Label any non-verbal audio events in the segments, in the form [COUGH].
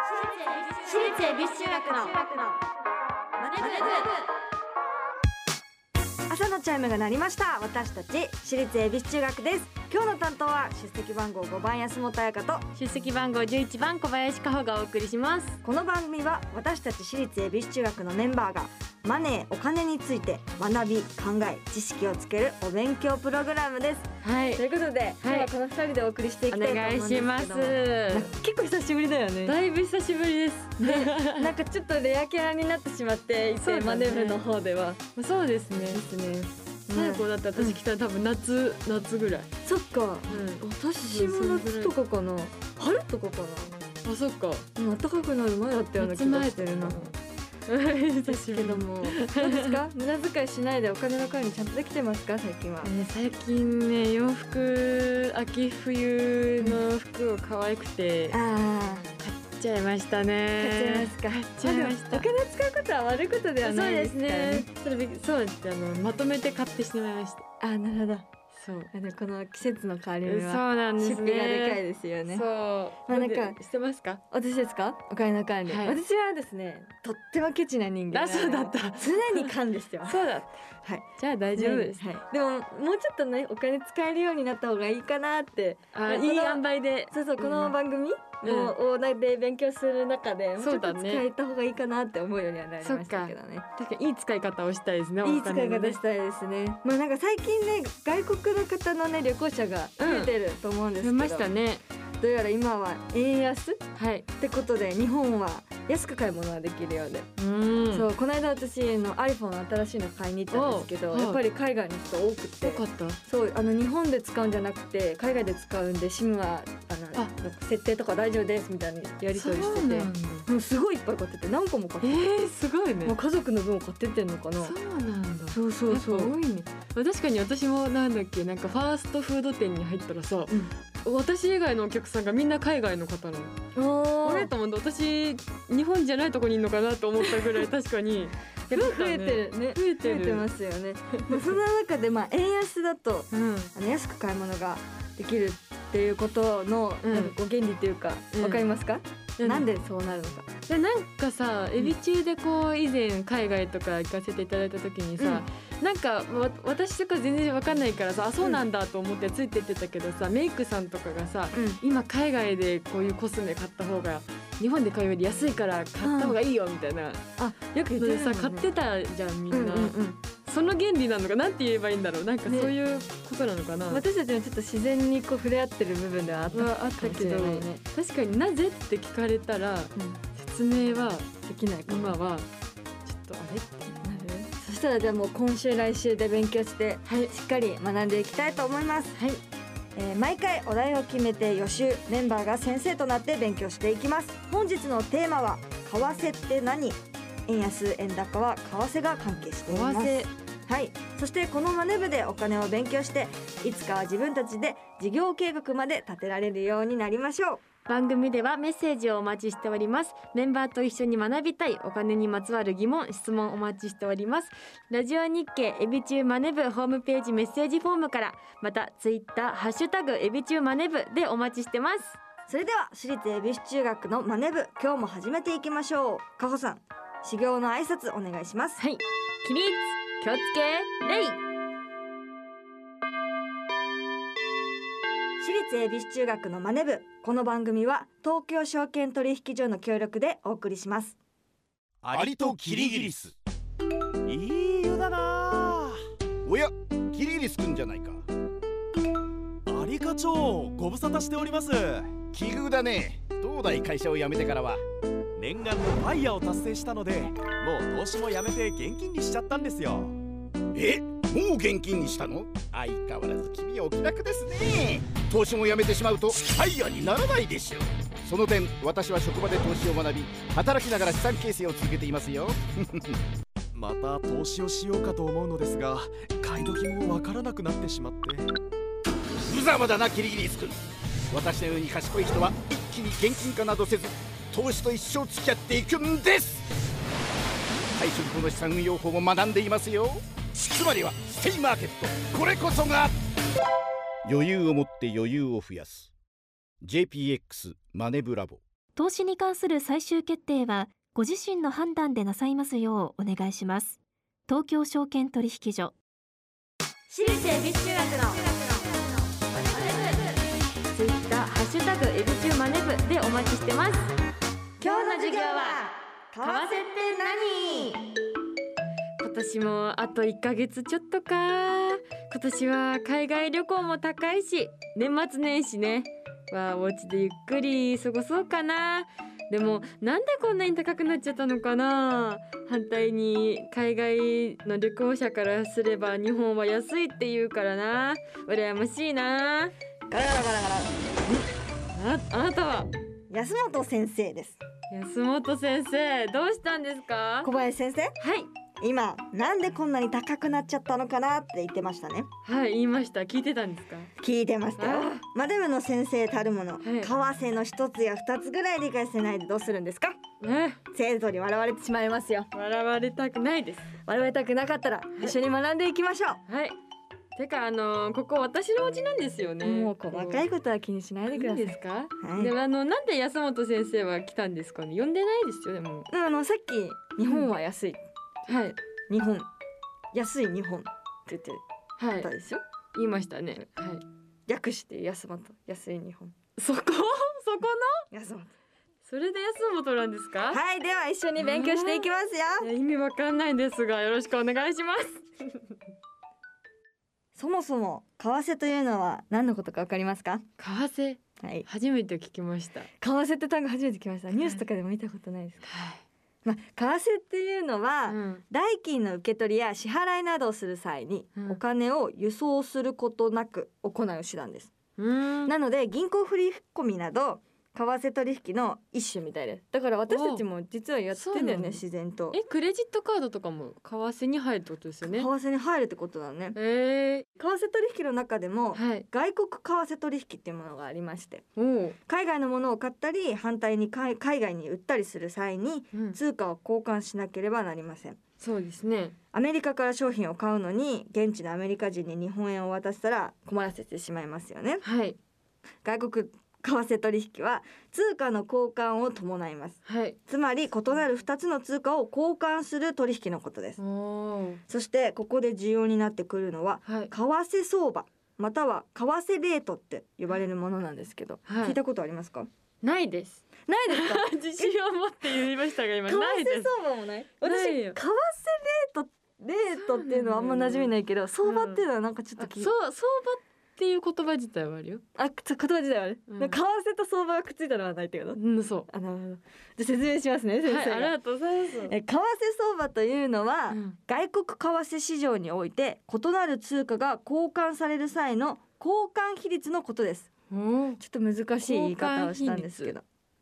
私立恵比寿中学のマネ朝のチャイムが鳴りました私たち私立恵比寿中学です今日の担当は出席番号5番安本彩香と出席番号11番小林加穂がお送りしますこの番組は私たち私立恵比寿中学のメンバーがマネーお金について学び考え知識をつけるお勉強プログラムですはいということで、今日はこの二人でお送りしていおきたいと思願いうんですしけどもます結構久しぶりだよねだいぶ久しぶりですなんかちょっとレアキャラになってしまっていそうて、だマねネブの方ではそうですねですね最後だって私来たら多分夏夏ぐらいそっかう私も夏とかかな春とかかんあそっかなうん暖かくなる前だったような気がしてるな久 [LAUGHS] ですしけぶりどもどうですか無駄遣いしないでお金の管理ちゃんとできてますか最近はね最近ね洋服秋冬の服を可愛くて買っあちゃいまし買たっちゃいまねすか買っちゃいましたお金使うことは悪いことではないですからねそうですねちょっとびっくりそうですねあのまとめて買ってしまいましたあーなるほどそうあのこの季節の変わりそう目はなんです出ね費がでかいですよねそうまあなんかなんでしてますか私ですかお金の管理、はい私はですねとってもケチな人間あそうだった常に管理してますそうだっ [LAUGHS] はいたじゃあ大丈夫です、はい、でももうちょっとねお金使えるようになった方がいいかなってあこのいい塩梅でそうそうこの番組うんもうオーナーで勉強する中でもうちそょうっとだ使ねえた方がいいかなって思うようにはなりましたけどねだからいい使い方をしたいですねいい使いお金の方ねしたいですねまあなんか最近ね外国の方のね旅行者が増えてると思うんです増けど、えましたねどうやら今は円安っはいてことで日本は安く買い物ができるようでうーんそうこの間私あの iPhone 新しいの買いに行ったんですけどおうはいやっぱり海外の人多くてよかったそうあの日本で使うんじゃなくて海外で使うんで SIM はあのあ設定とか大丈夫ですみたいなやり取りしてそうてなんだもうすごいいっぱい買ってて何個も買っえてー、すごいねて、もう家族の分を買ってってんのかなそうなんだそうそうそうやっぱ多いね確かに私もなんだっけなんかファーストフード店に入ったらさ、私以外のお客さんがみんな海外の方なのおあれーと思って私日本じゃないとこにいるのかなと思ったぐらい確かにやっぱ増えてるね増え増てえるてますよねまあその中でまあ円安だとうんあの安く買い物ができるっていうことの、うんなんかこう原理というか、うんわかりますか、なんででそうなるのかでなんかさエビ中でこう以前海外とか行かせていただいた時にさ、なんかわ私とか全然わかんないからさあそうなんだと思ってついてってたけどさ、メイクさんとかがさ今海外でこういうコスメ買った方が日本で買うより安いから買った方がいいよみたいな、あよく言って言ってるよさね買ってたじゃんみうんんうんな、うんその原理なのかなんて言えばいいんだろうなんかそうねいうことなのかな、私たちもちょっと自然にこう触れ合ってる部分ではあったかはあったもしけれなど、いね、確かになぜって聞かれたら説明はできないかも今はちょっとあれってなるそしたらじゃあもう今週来週で勉強してはいしっかり学んでいきたいと思います、はいえー毎回お題を決めて予習メンバーが先生となって勉強していきます本日のテーマは為替って何円安円高は為替が関係しています為替はいそしてこのマネ部でお金を勉強していつかは自分たちで事業計画まで立てられるようになりましょう番組ではメッセージをお待ちしておりますメンバーと一緒に学びたいお金にまつわる疑問質問お待ちしておりますラジオ日経エビ中マネ部ホームページメッセージフォームからまたツイッターハッシュタグエビ中マネ部でお待ちしてますそれでは私立恵比寿中学のマネ部今日も始めていきましょうかほさん修行の挨拶お願いしますはい起立気をつけレイ私立恵比寿中学のマネ部この番組は東京証券取引所の協力でお送りしますアリとキリギリスいい湯だなあおやキリギリスくんじゃないかアリ課長ご無沙汰しております奇遇だね東大会社を辞めてからは念願のファイヤーを達成したのでもう投資もやめて現金にしちゃったんですよえもう現金にしたの相変わらず君はお気楽ですね投資も辞めてしまうとファイヤーにならないでしょうその点私は職場で投資を学び働きながら資産形成を続けていますよまた投資をしようかと思うのですが買い時もわからなくなってしまって無様だなキリギリスくん私のように賢い人は一気に現金化などせず投資と一生付き合っていくんです最初にこの資産運用法も学んでいますよつまりはステイマーケットこれこそが余裕を持って余裕を増やす JPX マネブラボ投資に関する最終決定はご自身の判断でなさいますようお願いします東京証券取引所私立恵比寿中学のツイッターハッシュタグエビチューマネブでお待ちしてます今日の授業は為替って何今年もあと1ヶ月ちょっとか今年は海外旅行も高いし年末年始ねはお家でゆっくり過ごそうかなでもなんでこんなに高くなっちゃったのかな反対に海外の旅行者からすれば日本は安いって言うからな羨ましいなガラガラガラガああなたはラ安本先生です安本先生どうしたんですか小林先生はい今なんでこんなに高くなっちゃったのかなって言ってましたねはい言いました聞いてたんですか聞いてましたよあマダムの先生たるもの、い為替の一つや二つぐらい理解してないでどうするんですかね生徒に笑われてしまいますよ笑われたくないです笑われたくなかったら一緒に学んでいきましょはい。てかあのーここ私のお家なんですよね。う、もう細かいことは気にしないいでいくだんさいですか？はいでもあのなんで安本先生は来たんですかね。呼んでないですよでも。あのさっき日本は安い、はい日本安い日本って言ってはたいでしょ、言いましたね。はい。略して安本安い日本 [LAUGHS] そこそこの安本それで安本なんですか？はいでは一緒に勉強していきますよいや意味わかんないですがよろしくお願いします。そもそも為替というのは何のことかわかりますか為替はい初めて聞きました。為替って単語初めて聞きましたニュースとかでも見たことないですか、まあ、為替っていうのは、うん。代金の受け取りや支払いなどをする際に、うんお金を輸送することなく行う手段です、うーん。なので銀行振込など為替取引の一種みたいですだから私たちも実はやってんだそうなよのね自然とえクレジットカードとかも為替に入るってことですよ為ね。替に入るってことだねえ為替取引の中でー、もはい。外国為替取引っていうものがありましておお。海外のものを買ったり反対に海海外に売ったりする際にうん。通貨を交換しなければなりませんそうですね。アメリカから商品を買うのに現地のアメリカ人に日本円を渡したら困らせてしまいますよねはい外国為替取引は通貨の交換を伴いますはい。つまり異なる2つの通貨を交換する取引のことですおお。そしてここで重要になってくるのはは為い。替相場または為替レートって呼ばれるものなんですけど、はい聞いたことありますかないです。ないですか自信を持って言いましたが今為替ないです。相場もない私ないよ為替レートレートっていうのはあんま馴染みないけど相場っていうのはなんかちょっあとそ聞うい相場っていう言葉自体はあるよ。あ、ちょ、言葉自体はね、うん為替と相場がくっついたのはないってこと。うんそあの、じゃ、説明しますね、う。先はい生あが。りがとうございます。え、為替相場というのは、うん外国為替市場において、異なる通貨が交換される際の交換比率のことです。おお。ちょっと難しい言い方をしたんですけど。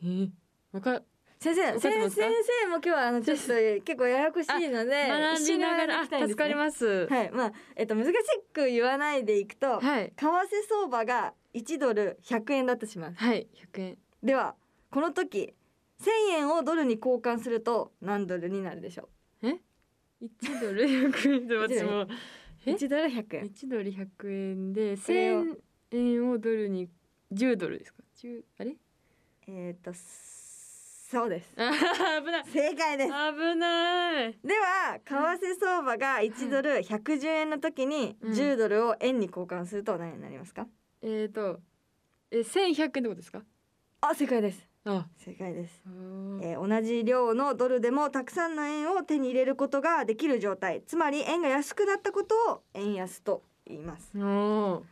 えー、わか先生、わかってま先すか先生も今日はあのちょっと結構ややこしいので、学びながら、あ一緒に学んでいきたいんで助かりすます。ね。はい、まあえっと難しく言わないでいくと、はい為替相場が1ドル100円だとします。はい百円。ではこの時1000円をドルに交換すると何ドルになるでしょ一ドル百円で私もうえ1ドル100円一ドル百円でれを千円をドルに十ドルですか。十あれ？えーっとそうです [LAUGHS] あー危ない。正解です危ない。では為替相場が1ドル110円の時にうん10ドルを円に交換すると何になりますかえっ、ー、と、え千百円ってことですか？あ正解ですあ。正解です、おーえー同じ量のドルでもたくさんの円を手に入れることができる状態つまり円が安くなったことを円安と言いますおー。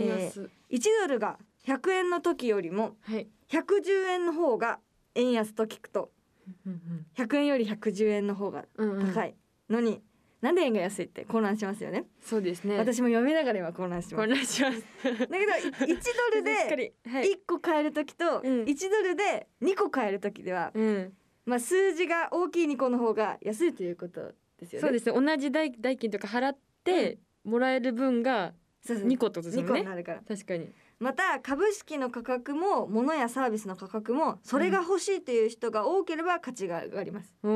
円安、 1ドルが100円の時よりもはい。 110円の方が円安と聞くとうん100円より110円の方がうんうんうん高いのに、なんで円が安いって混乱しますよねそうですね。私も読みながら今混乱してますこんだなします。けど1ドルしっか [LAUGHS] でりはい。 1個買える時とうん1ドルで2個買える時では、うん。まあ、数字が大きい2個の方が安いということですよねそうですね。同じ代代金とか払って、もらえる分がそうそう二個ってことです二も個んにね。なるから確かに。また株式の価格も物やサービスの価格もそれが欲しいという人が多ければ価値が上がりますお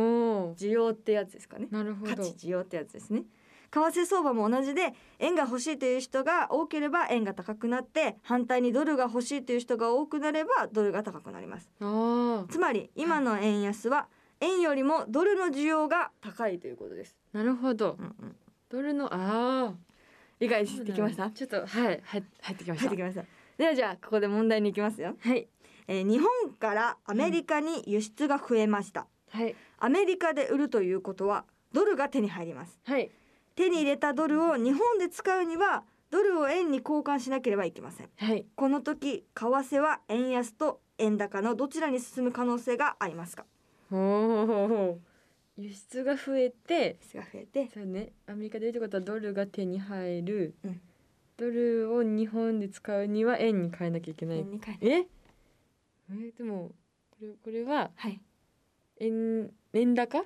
お。需要ってやつですかねなるほ価ど。値需要ってやつですね為替相場も同じで円が欲しいという人が多ければ円が高くなって反対にドルが欲しいという人が多くなればドルが高くなりますあつまり今の円安は円よりもドルの需要が高いということです、あなるほどうんうん、ドルのああ理解してきましたちょっとはいはい入ってきまし入ったてきましたではじゃあここで問題に行きますよ、はいえー日本からアメリカに輸出が増えました、はいアメリカで売るということはドルが手に入りますはい手に入れたドルを日本で使うにはドルを円に交換しなければいけませんはいこの時為替は円安と円高のどちらに進む可能性がありますかおお輸出が増えてですが増えてそうねアメリカでいいってことはドルが手に入る、うんドルを日本で使うには円に変えなきゃいけない、円に変えてええでもこれこれははい円円高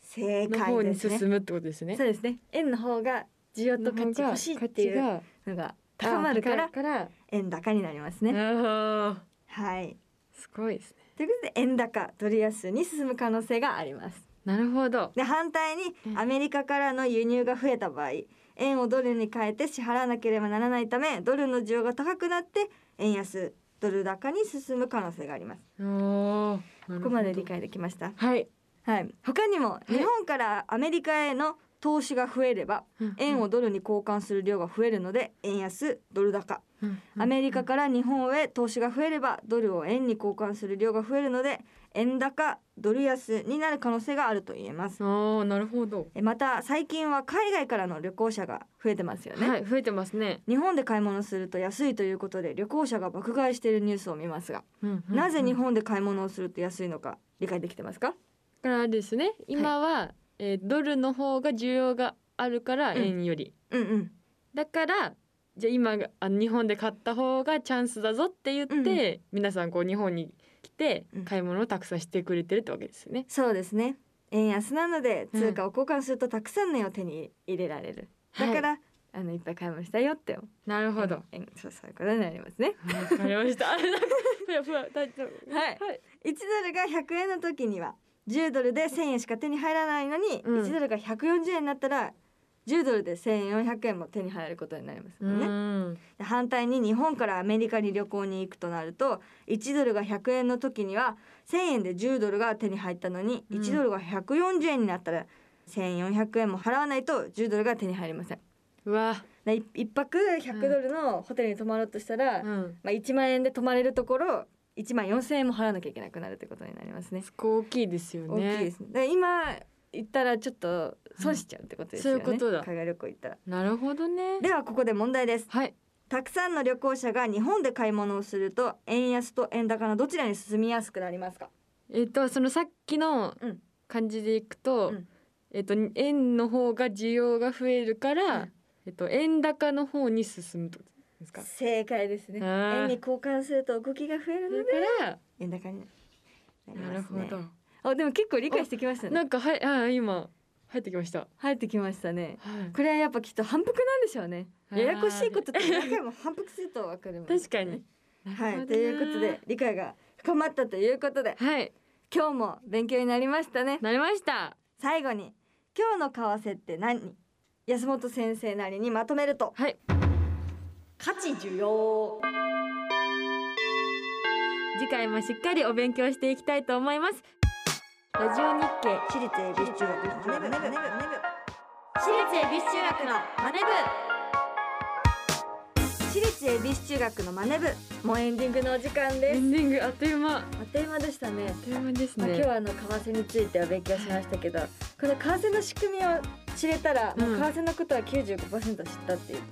正の方解でにすね進むってことですねそうですね円の方が需要と価値欲しいっていううのが高まるからから円高になりますねねあはいーすごいですねということで円高ドル安に進む可能性がありますなるほどで反対にうんアメリカからの輸入が増えた場合円をドルに変えて支払わなければならないためドルの需要が高くなって円安ドル高に進む可能性がありますおーここまで理解できましたはいはい他にも日本からアメリカへの投資が増えれば円をドルに交換する量が増えるので円安ドル高アメリカから日本へ投資が増えればドルを円に交換する量が増えるので円高ドル安になる可能性があると言えますあーなるほどえまた最近は海外からの旅行者が増えてますよね、はい増えてますね日本で買い物すると安いということで旅行者が爆買いしているニュースを見ますが、なぜ日だ本で買い物をすると安いのか理解できてますかからあれですね今は、えードルの方が需要があるからうん円より、うんうんだからじゃあ今があ日本で買った方がチャンスだぞって言って、皆さんこう日本に来てうん買い物をたくさんしてくれてるってわけですよね。そうですね円安なのでうん通貨を交換するとたくさんの円を手に入れられる、だからはい、あのいっぱい買い物したよってなるなるほど。わそうそういうことになりますねかりま [LAUGHS] した。ふやふや大丈夫。はいはい。 1ドルが100円の時には10ドルで1000円しか手に入らないのに、うん1ドルが140円になったら10ドルで1400円も手に入ることになりますうもんね、ん。で反対に日本からアメリカに旅行に行くとなると1ドルが100円の時には1000円で10ドルが手に入ったのにうん1ドルが140円になったら1400円も払わないと10ドルが手に入りませんうわ。でい一泊100ドルのホテルに泊まろうとしたら、うん。まあ、1万円で泊まれるところ1万4000円も払わなきゃいけなくなるということになりますねそこ大きいですよね。大きいですね。で今行ったらちょっと損しちゃうってことですよね。そういうことだ海外旅行行ったら。なるほどね。ではここで問題です。はい。たくさんの旅行者が日本で買い物をすると円安と円高のどちらに進みやすくなりますか。えっ、とそのさっきのうん感じでいくと、うんえっ、と円の方が需要が増えるから、うんえっ、と円高の方に進むってことですか。正解ですね。あー円に交換すると動きが増えるのでだから。円高になりなるますほね。ど。あでも結構理解してきましたなね。んかはいあ今入ってきました。入ってきましたね。はいこれはやっぱきっと反復なんでしょうね。あーややこしいことって何回も反復するとわかるもん、確かに。。は、なるほどないということで。理解が深まったということではい、今日も勉強になりましたねなりました。最後に今日の為替って何安本先生なりにまとめるとはい、価値需要次回もしっかりお勉強していきたいと思います。ラジオ日経私立恵比寿中学のマネブマネブマネ私立恵比寿ブ私立恵比寿中中学のマネ部。学のマネブもうエンディングのお時間でエすンディングあっという間。ああっという間でしたねっという間ですまあ、ね。今日はあの為替については勉強しましたけどこの為替の仕組みを知れたら、もううん為替のことは95%知ったって言っ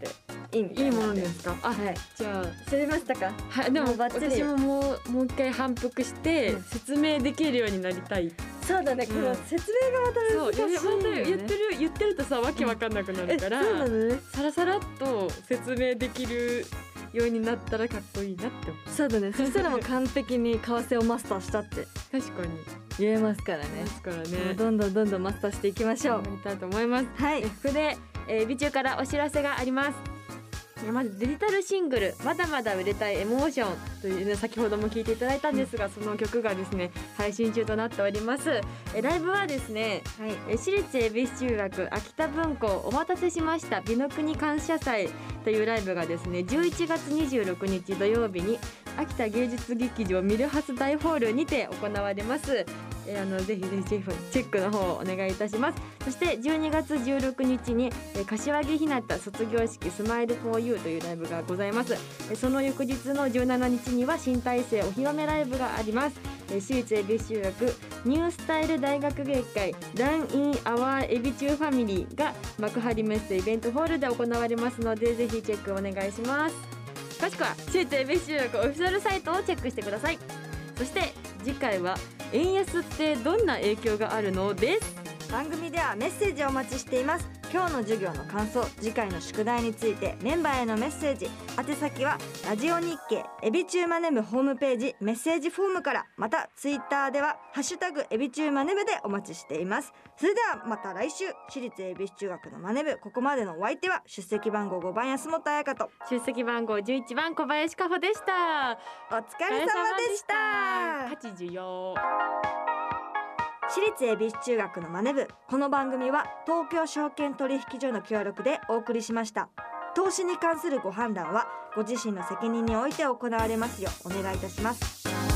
ていいみたいいいなものでですか。あ、はいじゃあ。知りましたかはい、でももうバッチリ私ももうもう一回反復してうん説明できるようになりたい。そうだね、うんこの説明がまたそう、難しい言よ、ね、ってる言ってるとさわけわかんなくなるえかそうら、なのねさらさらっと説明できるようになったらかっこいいなって思そうだねそしたらもう完璧に為替をマスターしたってう確かに言えますからねですからねもうどんどんどんどんマスターしていきましょう、頑張りたいと思いますはいえここで、えー、美中からお知らせがありますえまずデジタルシングル「まだまだ売れたいエモーション」というね先ほども聞いていただいたんですが、その曲がですね配信中となっておりますえライブはですね、はいえ私立恵比寿中学秋田文庫お待たせしました美の国感謝祭というライブがですね11月26日土曜日に秋田芸術劇場ミルハス大ホールにて行われます。えーあのぜひぜひチェフチェックの方をお願いいたします。そして12月16日に、えー柏木ひなた卒業式スマイルフォーユーというライブがございます。えーその翌日の17日には新体制お披露目ライブがあります。えー私立恵比寿中学ニュースタイル大学芸会ランインアワーエビチューファミリーが幕張メッセイベントホールで行われますのでぜひチェックお願いします。詳しくは私立恵比寿中学オフィシャルサイトをチェックしてください。そして次回は円安ってどんな影響があるのです番組ではメッセージをお待ちしています今日の授業の感想次回の宿題についてメンバーへのメッセージ宛先はラジオ日経エビチューマネムホームページメッセージフォームからまたツイッターではハッシュタグエビチューマネムでお待ちしていますそれではまた来週私立エビ中学のマネムここまでのお相手は出席番号5番安本彩香と出席番号11番小林加穂でしたお疲れ様でしたお疲れ様でした84私立恵比寿中学のマネ部この番組は東京証券取引所の協力でお送りしました投資に関するご判断はご自身の責任において行われますようお願いいたします